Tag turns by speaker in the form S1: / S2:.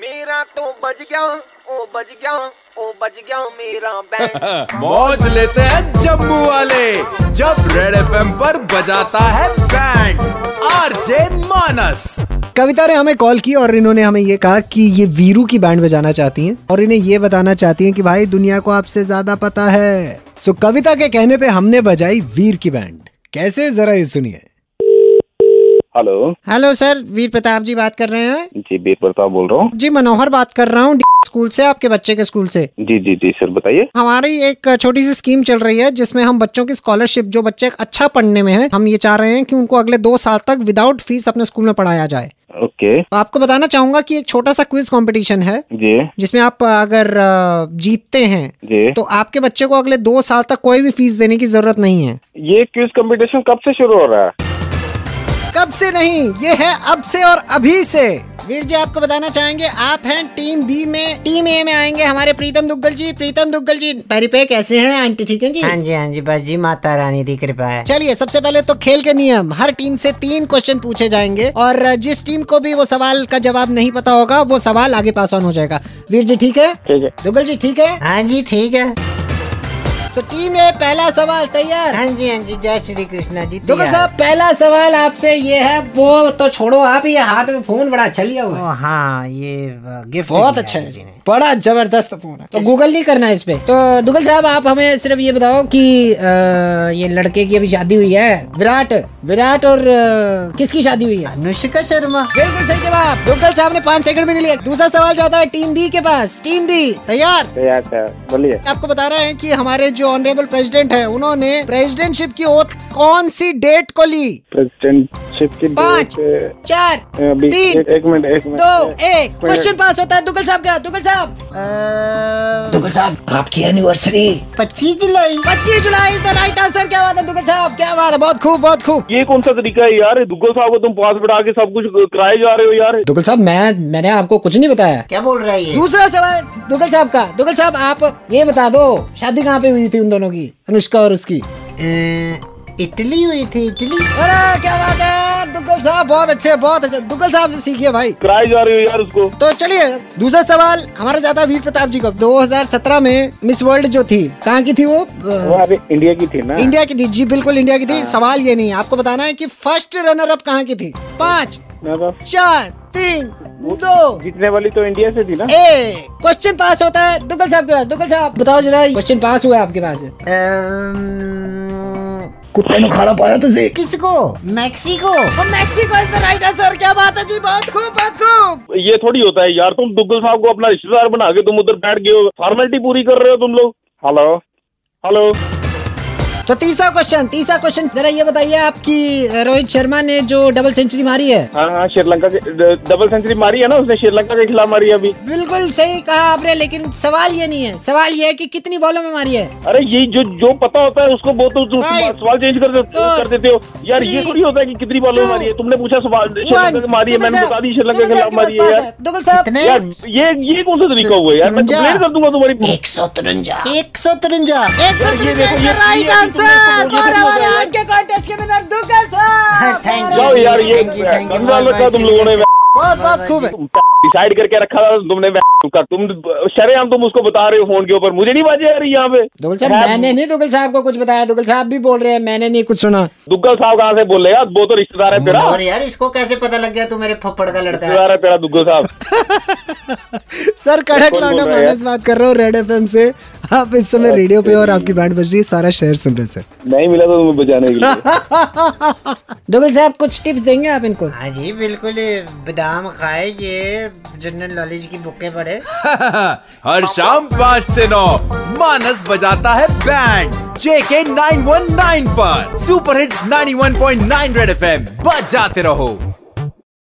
S1: मेरा तो बज गया ओ बज गया ओ बज गया मेरा बैंड
S2: मौज लेते हैं जम्मू वाले जब रेड एफएम पर बजाता है बैंड आरजे मानस
S3: कविता ने हमें कॉल की और इन्होंने हमें ये कहा कि ये वीरू की बैंड बजाना चाहती हैं और इन्हें ये बताना चाहती हैं कि भाई दुनिया को आपसे ज्यादा पता है सो कविता के कहने पे हमने बजाई वीर की बैंड कैसे जरा ये सुनिए
S4: hello
S3: hello sir Veer Pratap ji बात कर रहे हैं
S4: जी बीर प्रताप बोल रहा हूँ
S3: जी मनोहर बात कर रहा हूँ स्कूल से आपके बच्चे के स्कूल से
S4: जी जी जी सर बताइए
S3: हमारी एक छोटी सी स्कीम चल रही है जिसमें हम बच्चों की स्कॉलरशिप जो बच्चे अच्छा पढ़ने में है हम ये चाह रहे हैं कि उनको अगले दो साल तक विदाउट फीस अपने स्कूल में पढ़ाया जाए तो
S4: ओके
S3: आपको बताना चाहूंगा कि एक छोटा सा क्विज कंपटीशन है
S4: जी
S3: जिसमें आप अगर अ, जीतते हैं
S4: जी
S3: तो आपके बच्चे को अगले दो साल तक कोई भी फीस देने की जरूरत नहीं है
S4: ये क्विज कंपटीशन कब से शुरू हो रहा है
S3: कब से नहीं ये है अब से और अभी से वीर जी आपको बताना चाहेंगे आप हैं टीम बी में टीम ए में आएंगे हमारे प्रीतम दुग्गल जी प्रीतम दुग्गल जी पैरी पे कैसे हैं आंटी ठीक है जी
S5: हाँ जी हाँ जी बस जी माता रानी दी कृपा है
S3: चलिए सबसे पहले तो खेल के नियम हर टीम से तीन क्वेश्चन पूछे जाएंगे और जिस टीम को भी वो सवाल का जवाब नहीं पता होगा वो सवाल आगे पास ऑन हो जाएगा वीर जी ठीक है
S4: ठीक है
S3: दुग्गल जी ठीक है
S5: हाँ जी ठीक है
S3: तो टीम ए पहला सवाल तैयार
S5: हाँ जी हाँ जी जय श्री कृष्णा जी
S3: दुगल
S5: तैयार।
S3: साहब पहला सवाल आपसे ये है वो तो छोड़ो आप ये हाथ में फोन बड़ा अच्छा लिया हुआ
S5: ओ
S3: है
S5: हाँ ये अ, गिफ्ट
S3: बहुत
S5: दिया
S3: अच्छा
S5: किसी
S3: है
S5: ने।
S3: बड़ा जबरदस्त फोन है तो गूगल नहीं करना है इस पे तो दुगल साहब आप हमें सिर्फ ये बताओ कि अ, ये लड़के की अभी शादी हुई है विराट विराट और अ, किसकी शादी हुई है
S5: अनुष्का शर्मा
S3: बिल्कुल सही जवाब दुगल साहब ने पाँच सेकंड भी नहीं लिया दूसरा सवाल जाता है टीम बी के पास टीम बी तैयार
S4: तैयार तैयार बोलिए
S3: आपको बता रहे हैं कि हमारे जो ऑनरेबल प्रेसिडेंट है उन्होंने प्रेसिडेंटशिप की ओथ कौन सी डेट को ली
S4: प्रेसिडेंटशिप की
S3: पाँच।
S4: date, अ,
S3: चार
S4: अभी
S3: तीन,
S4: एक- एक मिनट एक मिनट
S3: दो एक क्वेश्चन पास होता है दुगल साहब का दुगल साहब दुगल साहब आपकी एनिवर्सरी
S5: पच्चीस जुलाई
S3: पच्चीस जुलाई इज द राइट आंसर क्या बात है दुगल साहब क्या बात है बहुत खूब बहुत खूब
S4: ये कौन सा तरीका है यार दुग्गल साहब को तुम पास बैठा के सब कुछ कराए जा रहे हो यार
S3: दुगल साहब मैं मैंने आपको कुछ नहीं बताया
S5: क्या बोल रहा है ये
S3: दूसरा सवाल दुगल साहब का दुगल साहब आप ये बता दो शादी कहाँ पे हुई थी उन दोनों की अनुष्का और उसकी
S5: अ, इटली हुई थी इटली
S3: अरे क्या बात है दुगल साहब बहुत अच्छे बहुत अच्छे दुगल साहब से सीखिए भाई
S4: कराए जा रहे हो यार उसको
S3: तो चलिए दूसरा सवाल हमारा जाता है वीर प्रताप जी को 2017 में मिस वर्ल्ड जो थी कहाँ की थी वो अ,
S4: वो अरे इंडिया की थी
S2: हाँ।
S4: ना
S3: इंडिया की थी जी बिल्कुल इंडिया की थी सवाल ये नहीं है आपको बताना है कि फर्स्ट रनर अप कहाँ की थी पाँच
S4: ना बस
S3: चार तीन दो
S4: जीतने वाली तो इंडिया से थी ना
S3: ए क्वेश्चन पास होता है दुगल साहब के पास दुगल साहब बताओ जरा क्वेश्चन पास हुआ है आपके पास
S5: अम्म,
S3: कुत्ते ने खाना पाया तुझे
S5: किसको Mexico
S3: Mexico is the right answer क्या बात है जी बहुत खूब बहुत खूब
S4: ये थोड़ी होता है यार तुम दुग्गल साहब को अपना रिश्तेदार बना के तुम उधर बैठ गए हो फॉर्मेलिटी पूरी कर रहे हो तुम लोग हेलो हेलो
S3: तो तीसरा क्वेश्चन तीसरा क्वेश्चन जरा ये बताइए आपकी अ, रोहित शर्मा ने जो डबल सेंचुरी मारी है
S4: हाँ हाँ श्रीलंका के ड- डबल सेंचुरी मारी है ना उसने श्रीलंका के खिलाफ मारी है अभी
S3: बिल्कुल सही कहा आपने लेकिन सवाल ये नहीं है सवाल ये है कि कितनी बॉलों में मारी है
S4: अरे ये जो जो पता होता है उसको बहुत तुम
S3: Five,
S4: सवाल चेंज कर देते
S3: four,
S4: कर देते हो यार ये
S3: three,
S4: थोड़ी होता है कि कितनी बॉलों
S3: two,
S4: मारी है तुमने पूछा सवाल श्रीलंका के तो मारी है मैंने बता दी श्रीलंका के खिलाफ मारी है यार
S3: दुगल साहब
S5: कितने
S4: यार ये ये कौन सा तरीका हुआ यार मैं
S3: तुरंजा।
S4: कंप्लेन कर दूंगा तुम्हारी
S5: एक सौ तिरंजा एक सौ तिरंजा
S3: एक सौ
S4: यार,
S3: तीन
S4: ये देखो, ये-
S3: राइट
S4: ये- ये- ये-
S3: आंसर
S4: ये-
S3: और
S4: ये-
S3: हमारे
S4: ये- हाँ,
S3: आज के कॉन्टेस्ट के विनर दुगल साहब
S5: Thank you.
S4: जाओ यार ये
S5: Thank you, thank you,
S4: कंगाल
S5: bye,
S4: रखा
S5: bye,
S4: तुम लोगों ने
S3: बहुत बहुत खूब है
S4: डिसाइड करके रखा था तुमने का तुम शरेआम तुम उसको बता रहे हो फोन के ऊपर मुझे नहीं बाजी आ रही यहाँ पे
S3: दुगल साहब मैंने नहीं दुगल साहब को कुछ बताया दुगल साहब भी बोल रहे हैं मैंने नहीं कुछ सुना
S4: दुग्गल साहब कहाँ से बोलेगा वो तो रिश्तेदार है तेरा
S5: और यार इसको कैसे पता लग गया तू मेरे फप्पड़ का लड़का है
S4: रिश्तेदार है तेरा दुग्गल साहब
S3: सर कड़क
S4: बोल
S3: लौंडा
S4: रहा है यार?
S3: मानस बात कर रहा हूँ रेड एफ से आप इस समय रेडियो पे और आपकी बैंड बज रही है सारा शहर सुन रहे हैं सर
S4: नहीं मिला तो तुम्हें बचाने के लिए
S3: दुगल साहब कुछ टिप्स देंगे आप इनको
S5: हाँ जी बिल्कुल बादाम खाए ये जनरल नॉलेज की बुकें पढ़े
S2: हर शाम पाँच से नौ मानस बजाता है बैंड जेके 919 पर सुपर हिट्स 91.9 रेड एफएम बजाते रहो